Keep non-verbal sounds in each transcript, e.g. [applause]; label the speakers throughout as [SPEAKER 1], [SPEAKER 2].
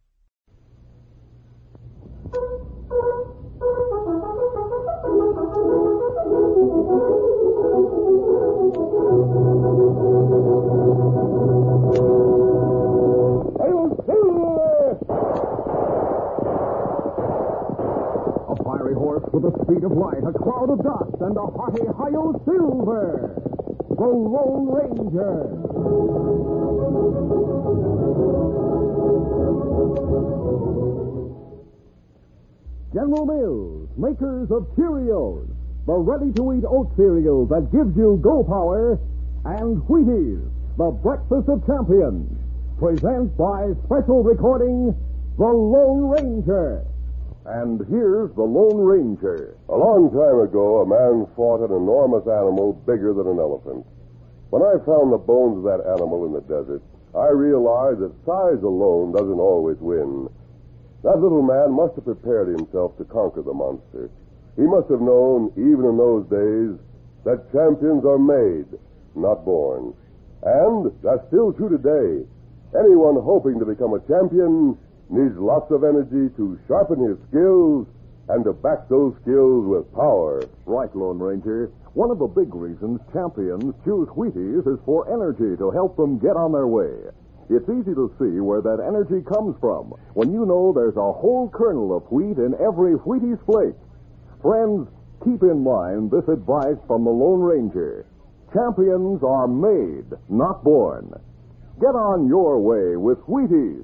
[SPEAKER 1] Hail Caesar! A fiery horse with the speed of light, a cloud of dust, and a haughty Hio Silver, the Lone Ranger. General Mills, makers of Cheerios, the ready-to-eat oat cereal that gives you go power, and Wheaties, the breakfast of champions, present by special recording, The Lone Ranger.
[SPEAKER 2] And here's the Lone Ranger. A long time ago, a man fought an enormous animal bigger than an elephant. When I found the bones of that animal in the desert, I realized that size alone doesn't always win. That little man must have prepared himself to conquer the monster. He must have known, even in those days, that champions are made, not born. And that's still true today. Anyone hoping to become a champion needs lots of energy to sharpen his skills and to back those skills with power.
[SPEAKER 1] Right, Lone Ranger. One of the big reasons champions choose Wheaties is for energy to help them get on their way. It's easy to see where that energy comes from when you know there's a whole kernel of wheat in every Wheaties flake. Friends, keep in mind this advice from the Lone Ranger. Champions are made, not born. Get on your way with Wheaties,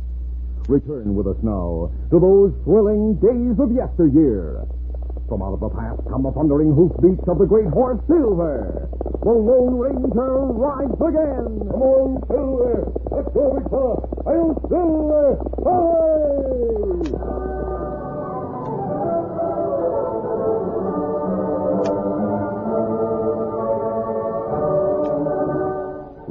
[SPEAKER 1] Return with us now to those thrilling days of yesteryear. From out of the past come the thundering hoofbeats of the great horse Silver. The Lone Ranger rides again. Come on, Silver. Let's go, Victor. I'll Silver. Hooray!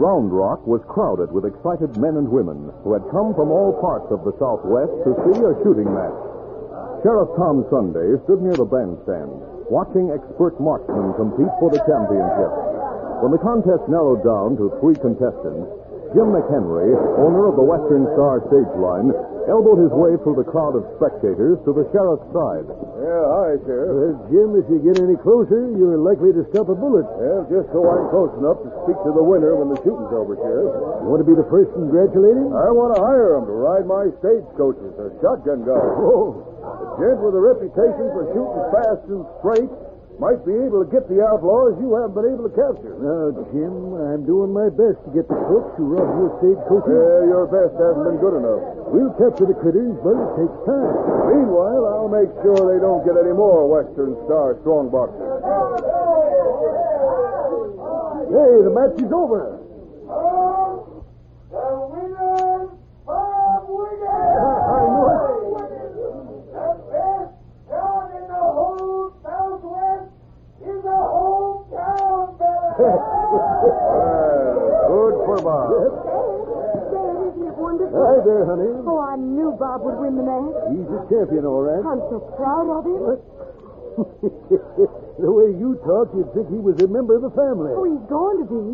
[SPEAKER 1] Round Rock was crowded with excited men and women who had come from all parts of the Southwest to see a shooting match. Sheriff Tom Sunday stood near the bandstand, watching expert marksmen compete for the championship. When the contest narrowed down to three contestants, Jim McHenry, owner of the Western Star stage line, elbowed his way through the crowd of spectators to the sheriff's side. Yeah, hi, Sheriff. Jim, if you get any closer, you're likely to stop a bullet. Well, just so I'm close enough to speak to the winner when the shooting's over, Sheriff. You want to be the first congratulating? I want to hire him to ride my stagecoaches, a shotgun guy. Oh, a gent with a reputation for shooting fast and straight might be able to get the outlaws you haven't been able to capture. Now, Jim, I'm doing my best to get the crooks who rob your stagecoach. Yeah, your best hasn't been good enough. We'll capture the critters, but it takes time. Meanwhile, I'll make sure they don't get any more Western Star strongboxers. Hey, the match is [laughs] over.
[SPEAKER 3] The winner, Bob Wiggins!
[SPEAKER 1] I knew it.
[SPEAKER 3] The best town in the whole Southwest is a hometown better!
[SPEAKER 1] Good for Bob.
[SPEAKER 4] There it is, isn't it wonderful?
[SPEAKER 1] Hi there, honey.
[SPEAKER 4] Oh, I knew Bob would win the match.
[SPEAKER 1] He's a champion, all right.
[SPEAKER 4] I'm so proud of him.
[SPEAKER 1] [laughs] the way you talk, you'd think he was a member of the family.
[SPEAKER 4] Oh, he's going to be.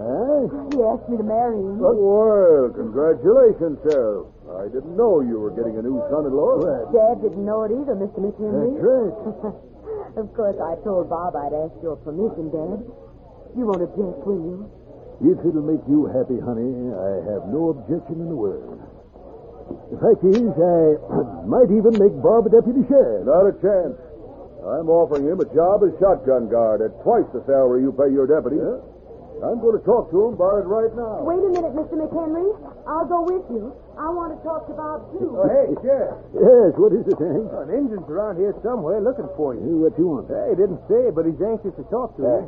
[SPEAKER 1] Huh?
[SPEAKER 4] He asked me to marry him.
[SPEAKER 1] Well, congratulations, Sheriff. I didn't know you were getting a new son-in-law.
[SPEAKER 4] Dad didn't know it either, Mr. McHenry. [laughs]
[SPEAKER 1] right.
[SPEAKER 4] of course, I told Bob I'd ask your permission, Dad. You won't object, will you?
[SPEAKER 1] If it'll make you happy, honey, I have no objection in the world. The fact is, I [clears throat] might even make Bob a deputy sheriff. Not a chance. I'm offering him a job as shotgun guard at twice the salary you pay your deputy. I'm going to talk to him about it right now.
[SPEAKER 4] Wait a minute, Mr. McHenry. I'll go with you. I want to talk to Bob, too.
[SPEAKER 1] Oh, hey, Sheriff. Yes, what is it, Hank? an engine's around here somewhere looking for you. what you want? Hey, didn't say, but he's anxious to talk to you.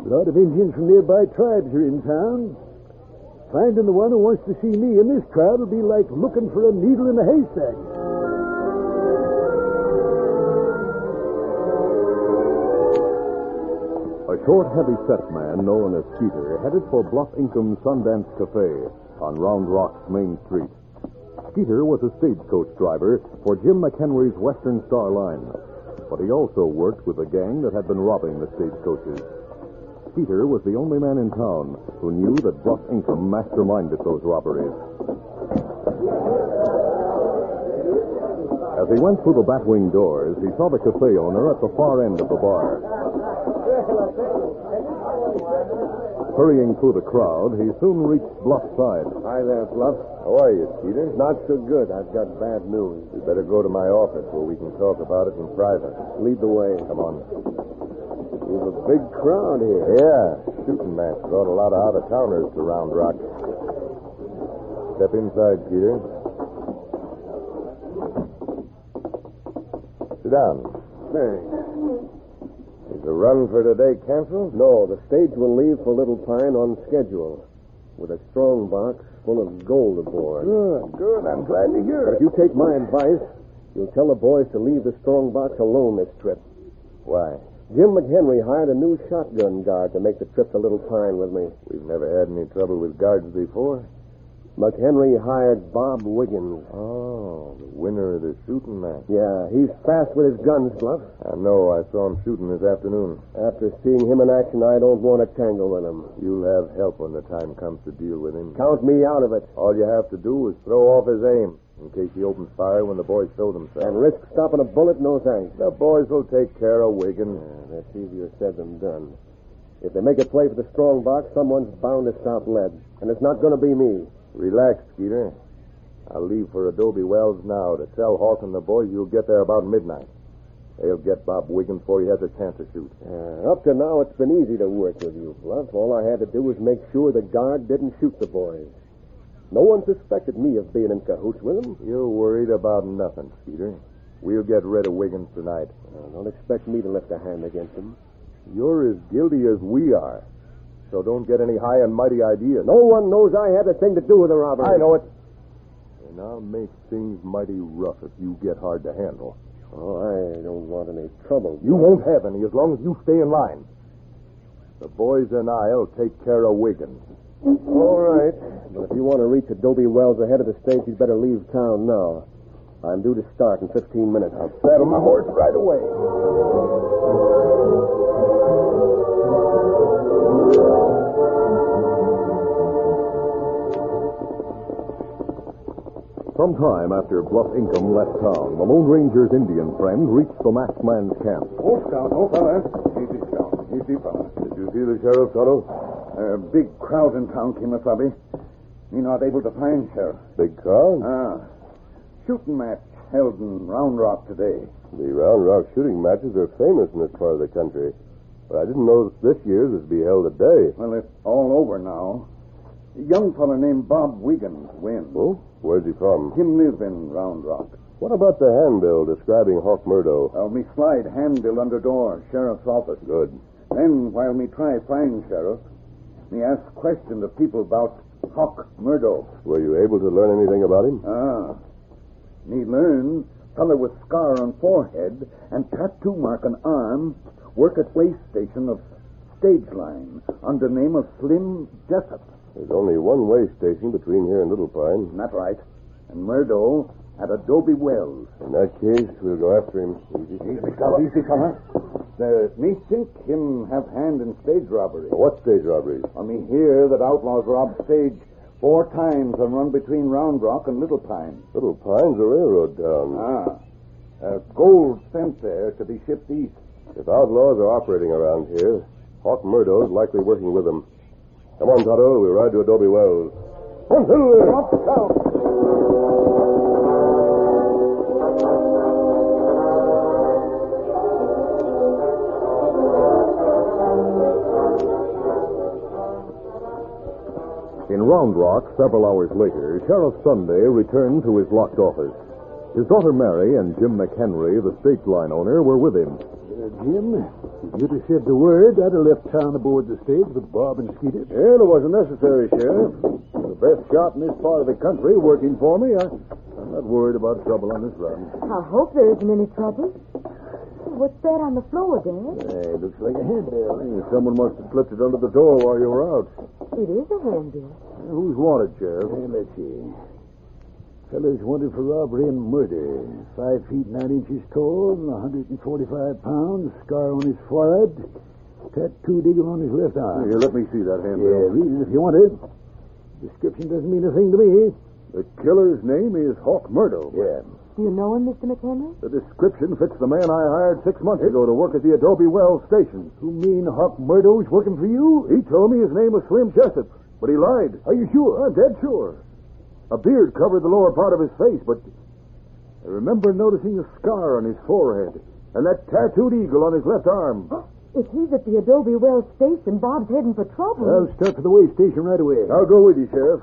[SPEAKER 1] A lot of Indians from nearby tribes are in town. Finding the one who wants to see me in this crowd will be like looking for a needle in a haystack.
[SPEAKER 5] A short, heavy set man known as Skeeter headed for Bluff Income's Sundance Cafe on Round Rock's main street. Skeeter was a stagecoach driver for Jim McHenry's Western Star Line, but he also worked with a gang that had been robbing the stagecoaches. Skeeter was the only man in town who knew that Bluff Income masterminded those robberies. As he went through the batwing doors, he saw the cafe owner at the far end of the bar. Hurrying through the crowd, he soon reached Bluff's side.
[SPEAKER 2] Hi there, Bluff. How are you, Skeeter? Not so good. I've got bad news. You better go to my office where we can talk about it in private. Lead the way. Come on. We've a big crowd here. Yeah. Shooting match brought a lot of out of towners to Round Rock. Step inside, Peter. Sit down. Thanks. Is the run for today canceled? No, the stage will leave for Little Pine on schedule with a strong box full of gold aboard. Good, good. I'm glad to hear it. If you take my advice, you'll tell the boys to leave the strong box alone this trip. Why? Jim McHenry hired a new shotgun guard to make the trip to Little Pine with me. We've never had any trouble with guards before. McHenry hired Bob Wiggins. Oh, the winner of the shooting match. Yeah, he's fast with his guns, Bluff. I know. I saw him shooting this afternoon. After seeing him in action, I don't want to tangle with him. You'll have help when the time comes to deal with him. Count me out of it. All you have to do is throw off his aim in case he opens fire when the boys show themselves. And risk stopping a bullet? No thanks. The boys will take care of Wiggins. that's easier said than done. If they make a play for the strong box, someone's bound to stop lead. And it's not going to be me. Relax, Skeeter. I'll leave for Adobe Wells now to tell Hawk and the boys you'll get there about midnight. They'll get Bob Wiggins before he has a chance to shoot. Ah, up to now, it's been easy to work with you, Bluff. All I had to do was make sure the guard didn't shoot the boys. No one suspected me of being in cahoots with him. You're worried about nothing, Skeeter. We'll get rid of Wiggins tonight. don't expect me to lift a hand against him. You're as guilty as we are. So don't get any high and mighty ideas. No one knows I had a thing to do with the robbery. I know it. And I'll make things mighty rough if you get hard to handle. Oh, I don't want any trouble. You won't have any as long as you stay in line. The boys and I'll take care of Wiggins. All right. But if you want to reach Adobe Wells ahead of the stage, you'd better leave town now. I'm due to start in 15 minutes. I'll saddle my horse right away.
[SPEAKER 5] Sometime after Bluff Income left town, the Lone Ranger's Indian friend reached the masked man's camp.
[SPEAKER 1] Oh, Scout, oh, fella.
[SPEAKER 2] Easy, Scout. Easy, fella. Did you see the sheriff, Toto?
[SPEAKER 1] A big crowd in town, Kimasabi. Me not able to find Sheriff.
[SPEAKER 2] Big crowd?
[SPEAKER 1] Ah. Shooting match held in Round Rock today.
[SPEAKER 2] The Round Rock shooting matches are famous in this part of the country. But I didn't know that this year's would be held today.
[SPEAKER 1] Well, it's all over now. A young fellow named Bob Wiggins wins.
[SPEAKER 2] Oh? Where's he from?
[SPEAKER 1] Him live in Round Rock.
[SPEAKER 2] What about the handbill describing Hawk Murdo?
[SPEAKER 1] Uh, me slide handbill under door, sheriff's office.
[SPEAKER 2] Good.
[SPEAKER 1] Then, while me try find sheriff, me ask question to people about Hawk Murdo.
[SPEAKER 2] Were you able to learn anything about him?
[SPEAKER 1] Ah. Me learn fellow with scar on forehead and tattoo mark on arm work at way station of stage line under name of Slim Jessup.
[SPEAKER 2] There's only one way station between here and Little Pine.
[SPEAKER 1] Isn't that right? And Murdo at Adobe Wells.
[SPEAKER 2] In that case, we'll go after him. Easy,
[SPEAKER 1] easy, fella. The, me think him have hand in stage robbery.
[SPEAKER 2] What stage robberies?
[SPEAKER 1] I me hear that outlaws robbed stage four times and run between Round Rock and Little Pine.
[SPEAKER 2] Little Pine's a railroad town.
[SPEAKER 1] Ah. Uh, gold sent there to be shipped east.
[SPEAKER 2] If outlaws are operating around here, Hawk Murdo's likely working with them. Come on, Toto. We'll ride to Adobe Wells. One, two, three.
[SPEAKER 1] Up, out.
[SPEAKER 5] In Round Rock, several hours later, Sheriff Sunday returned to his locked office. His daughter Mary and Jim McHenry, the state line owner, were with him.
[SPEAKER 1] Uh, Jim, you'd have said the word. I'd have left town aboard the stage with Bob and Skeeter.
[SPEAKER 2] Yeah, it wasn't necessary, Sheriff. Best shot in this part of the country working for me. I, I'm not worried about trouble on this run.
[SPEAKER 6] I hope there isn't any trouble. What's that on the floor, Dad?
[SPEAKER 2] Hey, looks like a handbill. someone must have slipped it under the door while you were out.
[SPEAKER 6] It is a handbill.
[SPEAKER 2] Who's wanted, Sheriff? let's see. Feller's wanted for robbery and murder. Five feet nine inches tall, 145 pounds, scar on his forehead, tattooed eagle on his left arm. Here, let me see that handbill. Ah. Yeah, read it if you want it. Description doesn't mean a thing to me. The killer's name is Hawk Murdo. Yeah.
[SPEAKER 6] Do you know him, Mr. McHenry?
[SPEAKER 2] The description fits the man I hired six months ago to work at the Adobe Wells station. You mean Huck Murdo's working for you? He told me his name was Slim Jessup, but he lied. Are you sure? I'm dead sure. A beard covered the lower part of his face, but I remember noticing a scar on his forehead and that tattooed eagle on his left arm.
[SPEAKER 6] If he's at the Adobe Wells station, Bob's heading for trouble.
[SPEAKER 2] I'll start for the way station right away. I'll go with you, Sheriff.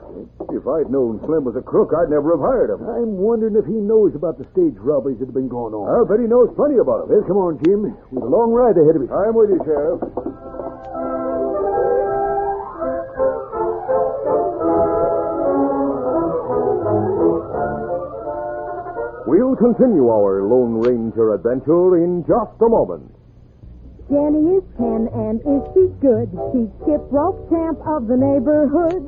[SPEAKER 2] If I'd known Slim was a crook, I'd never have hired him. I'm wondering if he knows about the stage robberies that have been going on. I'll bet he knows plenty about them. Well, come on, Jim. We've a long ride ahead of us. I'm with you, Sheriff. We'll continue our Lone Ranger adventure in just a moment.
[SPEAKER 6] Jenny is ten and is she good? She's skip rope champ of the neighborhood.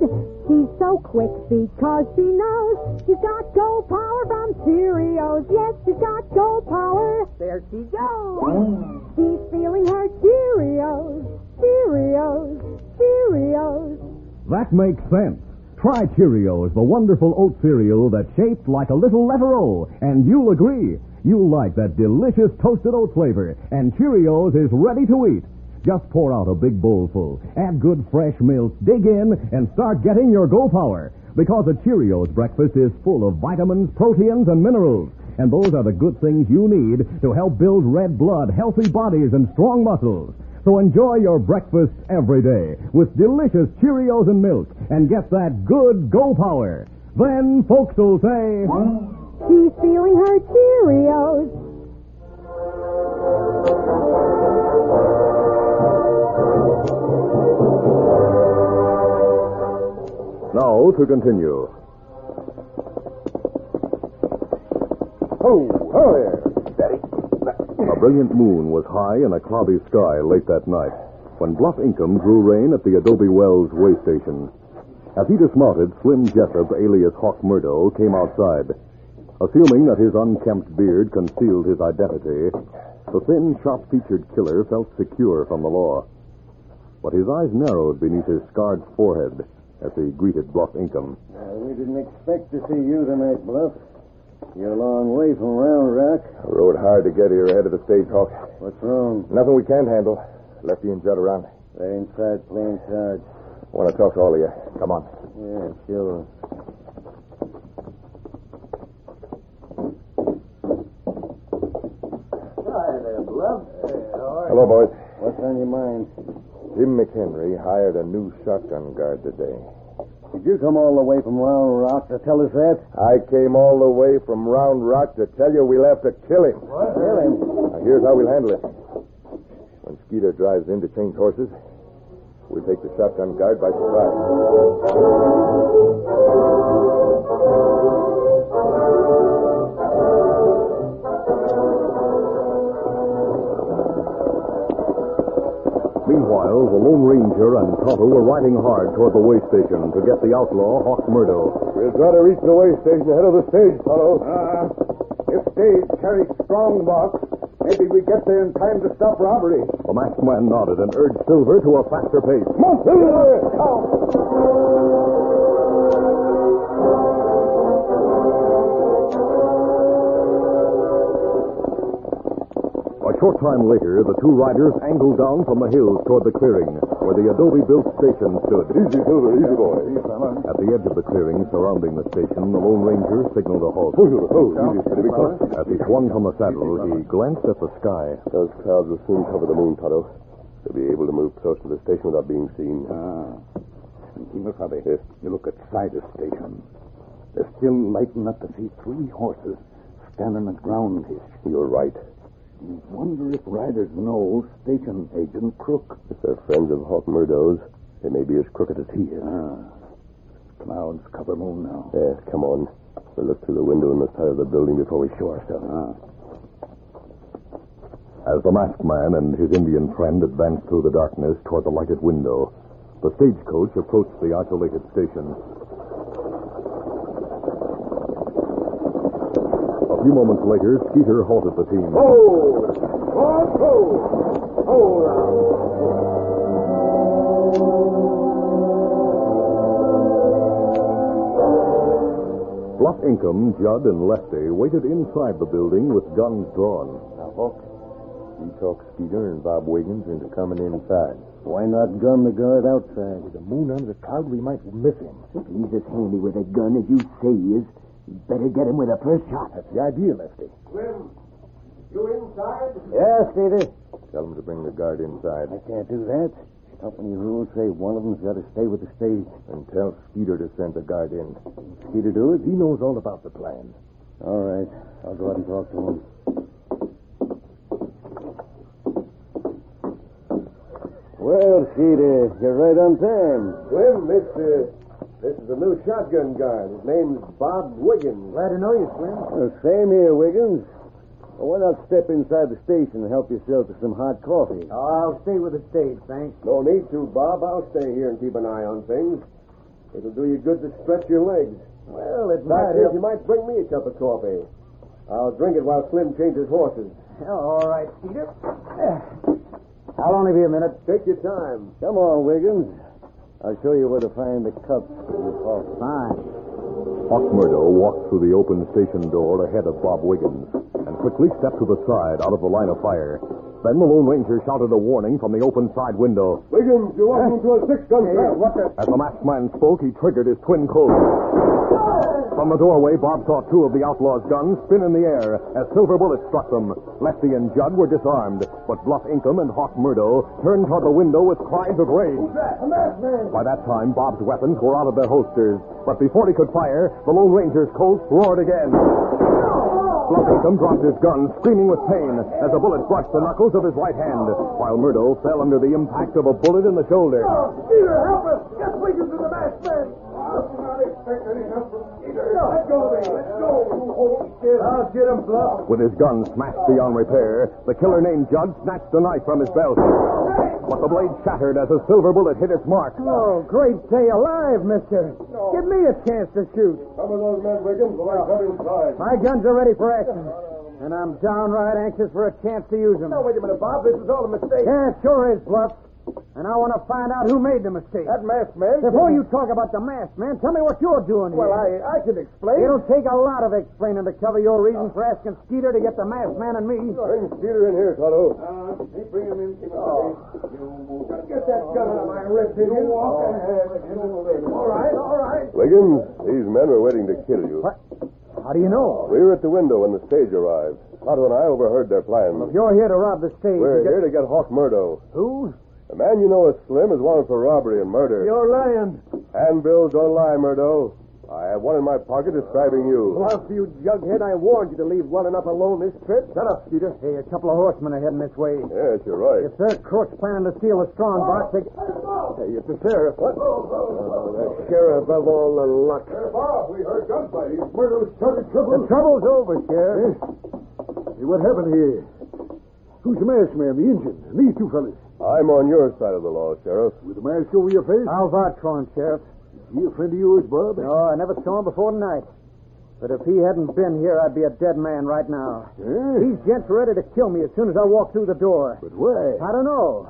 [SPEAKER 6] She's so quick because she knows she's got gold power from Cheerios. Yes, she's got gold power. There she goes. She's feeling her Cheerios, Cheerios, Cheerios.
[SPEAKER 7] That makes sense. Try Cheerios, the wonderful oat cereal that's shaped like a little letter O, and you'll agree. You'll like that delicious toasted oat flavor, and Cheerios is ready to eat. Just pour out a big bowlful, add good fresh milk, dig in, and start getting your go power. Because a Cheerios breakfast is full of vitamins, proteins, and minerals. And those are the good things you need to help build red blood, healthy bodies, and strong muscles. So enjoy your breakfast every day with delicious Cheerios and milk and get that good go power. Then folks will say,
[SPEAKER 6] She's feeling her Cheerios.
[SPEAKER 2] Now to continue. Oh, hello there. Daddy. A brilliant moon was high in a cloudy sky late that night when Bluff Income drew rein at the Adobe Wells way station. As he dismounted, Slim Jessup, alias Hawk Murdo, came outside. Assuming that his unkempt beard concealed his identity, the thin, sharp featured killer felt secure from the law. But his eyes narrowed beneath his scarred forehead as he greeted Bluff Income.
[SPEAKER 1] Uh, we didn't expect to see you tonight, Bluff. You're a long way from Round Rock.
[SPEAKER 8] I rode hard to get here ahead of the stage, Hawk.
[SPEAKER 1] What's wrong?
[SPEAKER 8] Nothing we can't handle. Lefty and Judd around.
[SPEAKER 1] They're inside playing cards.
[SPEAKER 8] want to talk to all of you. Come on.
[SPEAKER 1] Yeah, sure. Hi there, Bluff.
[SPEAKER 8] Hello, boys.
[SPEAKER 1] What's on your mind?
[SPEAKER 8] Jim McHenry hired a new shotgun guard today.
[SPEAKER 1] Did you come all the way from Round Rock to tell us that?
[SPEAKER 8] I came all the way from Round Rock to tell you we'll have to kill him.
[SPEAKER 1] What? Tell him.
[SPEAKER 8] Now, here's how we'll handle it. When Skeeter drives in to change horses, we'll take the shotgun guard by surprise.
[SPEAKER 2] Meanwhile, the Lone Ranger and Tonto were riding hard toward the way station to get the outlaw, Hawk Murdo.
[SPEAKER 8] We'll try to reach the way station ahead of the stage, fellow.
[SPEAKER 1] Uh, if Dave carries strong box, maybe we get there in time to stop robbery.
[SPEAKER 2] The masked man nodded and urged Silver to a faster pace. A short time later, the two riders angled down from the hills toward the clearing where the adobe built station stood.
[SPEAKER 8] Easy, Silver, easy, boy.
[SPEAKER 2] At the edge of the clearing surrounding the station, the Lone Ranger signaled a halt.
[SPEAKER 8] Oh, Silver, oh, easy, steady, be quiet.
[SPEAKER 2] As he swung from the saddle, he glanced at the sky.
[SPEAKER 8] Those clouds will soon cover the moon, Tonto. They'll be able to move close to the station without being seen.
[SPEAKER 1] Ah. Look, Hobby. You look at Cider Station. There's still light enough to see three horses standing at ground hitch.
[SPEAKER 8] You're right.
[SPEAKER 1] You wonder if riders know station agent Crook.
[SPEAKER 8] If they're friends of Hawk Murdo's, they may be as crooked as he is.
[SPEAKER 1] Ah. Now, clouds cover moon now.
[SPEAKER 2] Yes, come on. We'll look through the window in the side of the building before we show ourselves.
[SPEAKER 9] As the masked man and his Indian friend advanced through the darkness toward the lighted window, the stagecoach approached the isolated station. A few moments later, Skeeter halted the team.
[SPEAKER 1] Oh,
[SPEAKER 2] Hold! Hold! Hold! Hold now.
[SPEAKER 9] Bluff Income, Judd, and Lefty waited inside the building with guns drawn.
[SPEAKER 2] Now, folks, you talk Skeeter and Bob Wiggins into coming inside.
[SPEAKER 1] Why not gun the guard outside?
[SPEAKER 4] With the moon under the cloud, we might miss him.
[SPEAKER 10] If he's as handy with a gun as you say he is, you better get him with the first shot.
[SPEAKER 4] That's the idea, Lefty.
[SPEAKER 3] Slim, you inside?
[SPEAKER 1] Yes, Peter.
[SPEAKER 2] Tell them to bring the guard inside
[SPEAKER 1] I can't do that. Company rules say one of them's got to stay with the stage.
[SPEAKER 2] and tell Skeeter to send the guard in.
[SPEAKER 1] Peter do it?
[SPEAKER 4] He knows all about the plan.
[SPEAKER 1] All right. I'll go out and talk to him. Well, Peter, you're right on time.
[SPEAKER 2] Slim, this, uh, this is a new shotgun guard. His name's Bob Wiggins.
[SPEAKER 4] Glad to know you, Slim.
[SPEAKER 1] Well, same here, Wiggins. Well, why not step inside the station and help yourself to some hot coffee?
[SPEAKER 4] Oh, I'll stay with the stage, thanks.
[SPEAKER 2] No need to, Bob. I'll stay here and keep an eye on things. It'll do you good to stretch your legs.
[SPEAKER 4] Well, it
[SPEAKER 2] Doc
[SPEAKER 4] might
[SPEAKER 2] says
[SPEAKER 4] help.
[SPEAKER 2] you might bring me a cup of coffee. I'll drink it while Slim changes horses.
[SPEAKER 4] Yeah,
[SPEAKER 2] Oh,
[SPEAKER 4] all right, Peter. I'll only be a minute.
[SPEAKER 2] Take your time.
[SPEAKER 1] Come on, Wiggins. I'll show you where to find the cups in the coffee.
[SPEAKER 4] Fine.
[SPEAKER 9] Hawk Murdo walked through the open station door ahead of Bob Wiggins and quickly stepped to the side out of the line of fire. Then the Lone Ranger shouted a warning from the open side window.
[SPEAKER 2] Wiggins, you're walking into a six-gun trap. What the...
[SPEAKER 9] As the masked man spoke, he triggered his twin colt. From the doorway, Bob saw two of the outlaws' guns spin in the air as silver bullets struck them. Lefty and Judd were disarmed, but Bluff Income and Hawk Murdo turned toward the window with cries of rage.
[SPEAKER 3] A madman!
[SPEAKER 9] By that time, Bob's weapons were out of their holsters, but before he could fire, the Lone Ranger's Colt roared again. Bluff Income dropped his gun, screaming with pain, as a bullet brushed the knuckles of his right hand, while Murdo fell under the impact of a bullet in the shoulder.
[SPEAKER 3] Peter, help us! Get Wiggins and the masked man! I'm not expecting any help from Peter. Let go of me. Let go. You hold still. I'll get him, Bluff.
[SPEAKER 9] With his gun smashed beyond repair, the killer named Judd snatched the knife from his belt. But the blade shattered as a silver bullet hit its mark.
[SPEAKER 4] Oh, great day alive, mister. Give me a chance to shoot.
[SPEAKER 2] Some of those men, Wiggins, will I cut inside.
[SPEAKER 4] My guns are ready for action. And I'm downright anxious for a chance to use them.
[SPEAKER 2] Now, wait a minute, Bob. This is all a mistake.
[SPEAKER 4] Yeah, it sure is, Bluff. And I want to find out who made the mistake.
[SPEAKER 2] That masked man...
[SPEAKER 4] Before you talk about the mask, man, tell me what you're doing
[SPEAKER 2] Well,
[SPEAKER 4] here.
[SPEAKER 2] I, I can explain.
[SPEAKER 4] It'll take a lot of explaining to cover your reason for asking Skeeter to get the masked man and me.
[SPEAKER 2] Bring Skeeter in here, Toto.
[SPEAKER 3] Uh, they bring him in. Oh. Get that gun out of my wrist. You walk ahead. You move. All right, all right.
[SPEAKER 2] Wiggins, these men are waiting to kill you.
[SPEAKER 4] What? How do you know?
[SPEAKER 2] We were at the window when the stage arrived. Otto and I overheard their plans.
[SPEAKER 4] If you're here to rob the stage,
[SPEAKER 2] We're
[SPEAKER 4] you get-
[SPEAKER 2] here to get Hawk Murdo.
[SPEAKER 4] who?
[SPEAKER 2] The man you know as Slim is wanted for robbery and murder.
[SPEAKER 4] You're lying.
[SPEAKER 2] Handbills don't lie, Murdo. I have one in my pocket describing you.
[SPEAKER 4] Bluff, you jughead. I warned you to leave well enough alone this trip. Shut up, Skeeter. Hey, a couple of horsemen are heading this way.
[SPEAKER 2] Yes, you're right.
[SPEAKER 4] If their crooks plan to steal a strong box, they...
[SPEAKER 2] Hey, it's the sheriff. What? the sheriff of all the luck. Bob, we heard gunfight. He's murdered, started
[SPEAKER 4] The trouble's over, Sheriff.
[SPEAKER 1] What happened here? Who's the masked man? The engine. And these two fellas.
[SPEAKER 2] I'm on your side of the law, Sheriff.
[SPEAKER 1] With the mask over your face?
[SPEAKER 4] I'll vouch for him, Sheriff.
[SPEAKER 1] He a friend of yours, Bob?
[SPEAKER 4] No, I never saw him before tonight. But if he hadn't been here, I'd be a dead man right now.
[SPEAKER 1] Eh?
[SPEAKER 4] These gents are ready to kill me as soon as I walk through the door.
[SPEAKER 1] But why?
[SPEAKER 4] I don't know.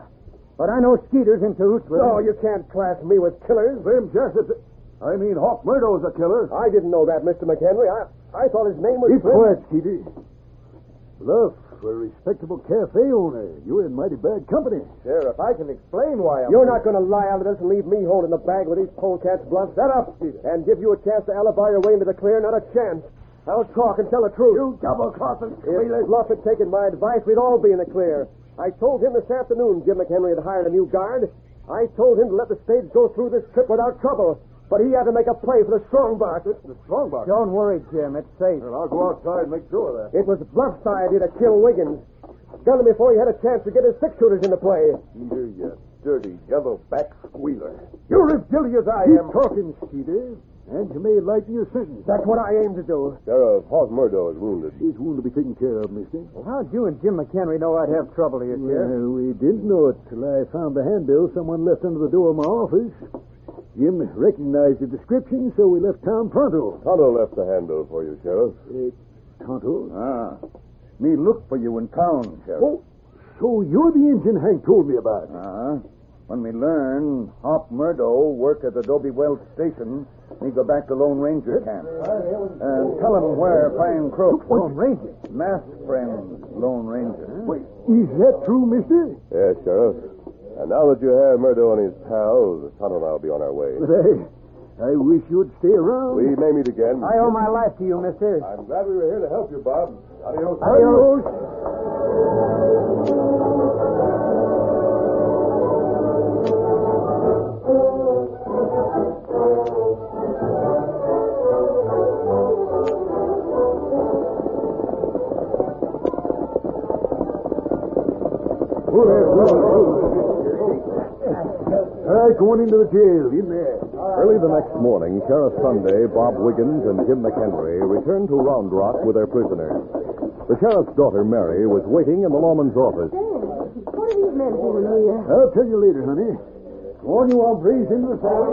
[SPEAKER 4] But I know Skeeter's in cahoots with
[SPEAKER 1] No,
[SPEAKER 4] you can't class me with killers.
[SPEAKER 1] Slim Jessup. I mean, Hawk Murdo's a killer.
[SPEAKER 2] I didn't know that, Mr. McHenry. I, I thought his name was...
[SPEAKER 1] Keep quiet, Skeeter. Bluff, a respectable cafe owner. You're in mighty bad company.
[SPEAKER 2] Sheriff, I can explain why I'm... You're not going to lie out of this and leave me holding the bag with these polecats bluffs. That up, Skeeter. And give you a chance to alibi your way into the clear. Not a chance. I'll talk and tell the truth. You double-crossing If Bluff had taken my advice, we'd all be in the clear. I told him this afternoon Jim McHenry had hired a new guard. I told him to let the stage go through this trip without trouble. But he had to make a play for the strong box. The strong box?
[SPEAKER 4] Don't worry, Jim. It's safe.
[SPEAKER 2] I'll go outside and make sure of that. It was Bluff's idea to kill Wiggins. Gunned him before he had a chance to get his six shooters into play.
[SPEAKER 1] Skeeter, you
[SPEAKER 11] dirty, yellow back squealer.
[SPEAKER 12] You're as guilty as I
[SPEAKER 1] Keep
[SPEAKER 12] am.
[SPEAKER 1] talking, Skeeter, and you may lighten your sentence.
[SPEAKER 12] That's what I aim to do.
[SPEAKER 11] Sheriff Hawk Murdo is wounded.
[SPEAKER 1] His wound will be taken care of, mister.
[SPEAKER 12] Well, how'd you and Jim McHenry know I'd have trouble here, Sheriff?
[SPEAKER 1] Well, we didn't know it till I found the handbill someone left under the door of my office. Jim recognized the description, so we left town pronto.
[SPEAKER 11] Tonto left the handle for you, Sheriff.
[SPEAKER 1] Tonto?
[SPEAKER 11] Ah.
[SPEAKER 1] Me look for you in town, Sheriff.
[SPEAKER 11] Oh,
[SPEAKER 1] so you're the engine Hank told me about. Uh-huh. When we learn Hop Murdo work at Adobe Wells Station, we go back to Lone Ranger camp. And tell him where Fine Crook. Lone Ranger? Masked friend, Lone
[SPEAKER 2] Ah.
[SPEAKER 1] Ranger. Wait, is that true, mister?
[SPEAKER 11] Yes, Sheriff. And now that you have Murdo and his pals, Tonto and I will be on our way.
[SPEAKER 1] Hey, I wish you'd stay around.
[SPEAKER 11] We may meet again.
[SPEAKER 12] I owe my life to you, mister.
[SPEAKER 11] I'm glad we were here to help you, Bob. Adios.
[SPEAKER 1] Adios. All right, go on into the jail. In there.
[SPEAKER 2] Early the next morning, Sheriff Sunday, Bob Wiggins, and Jim McHenry returned to Round Rock with their prisoners. The sheriff's daughter, Mary, was waiting in the lawman's office.
[SPEAKER 4] What are these men doing here?
[SPEAKER 1] I'll tell you later, honey. Warn you, hombres, into the cell.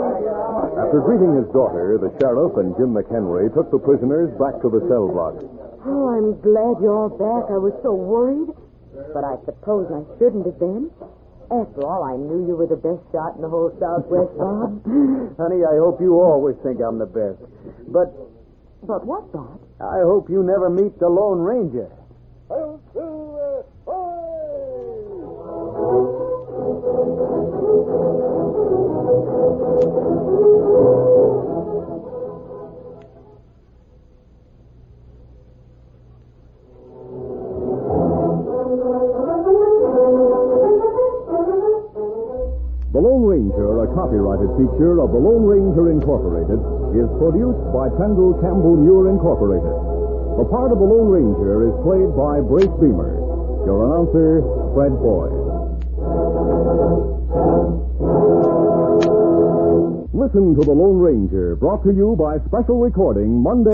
[SPEAKER 2] After greeting his daughter, the sheriff and Jim McHenry took the prisoners back to the cell block.
[SPEAKER 4] Oh, I'm glad you're all back. I was so worried. But I suppose I shouldn't have been. After all, I knew you were the best shot in the whole Southwest, Bob.
[SPEAKER 12] Honey, I hope you always think I'm the best. But
[SPEAKER 4] But what, Bob?
[SPEAKER 12] I hope you never meet the Lone Ranger.
[SPEAKER 2] The Lone Ranger, a copyrighted feature of the Lone Ranger Incorporated, is produced by Pendle Campbell Muir Incorporated. The part of the Lone Ranger is played by Brace Beamer. Your announcer, Fred Boyd. Listen to the Lone Ranger, brought to you by special recording Monday.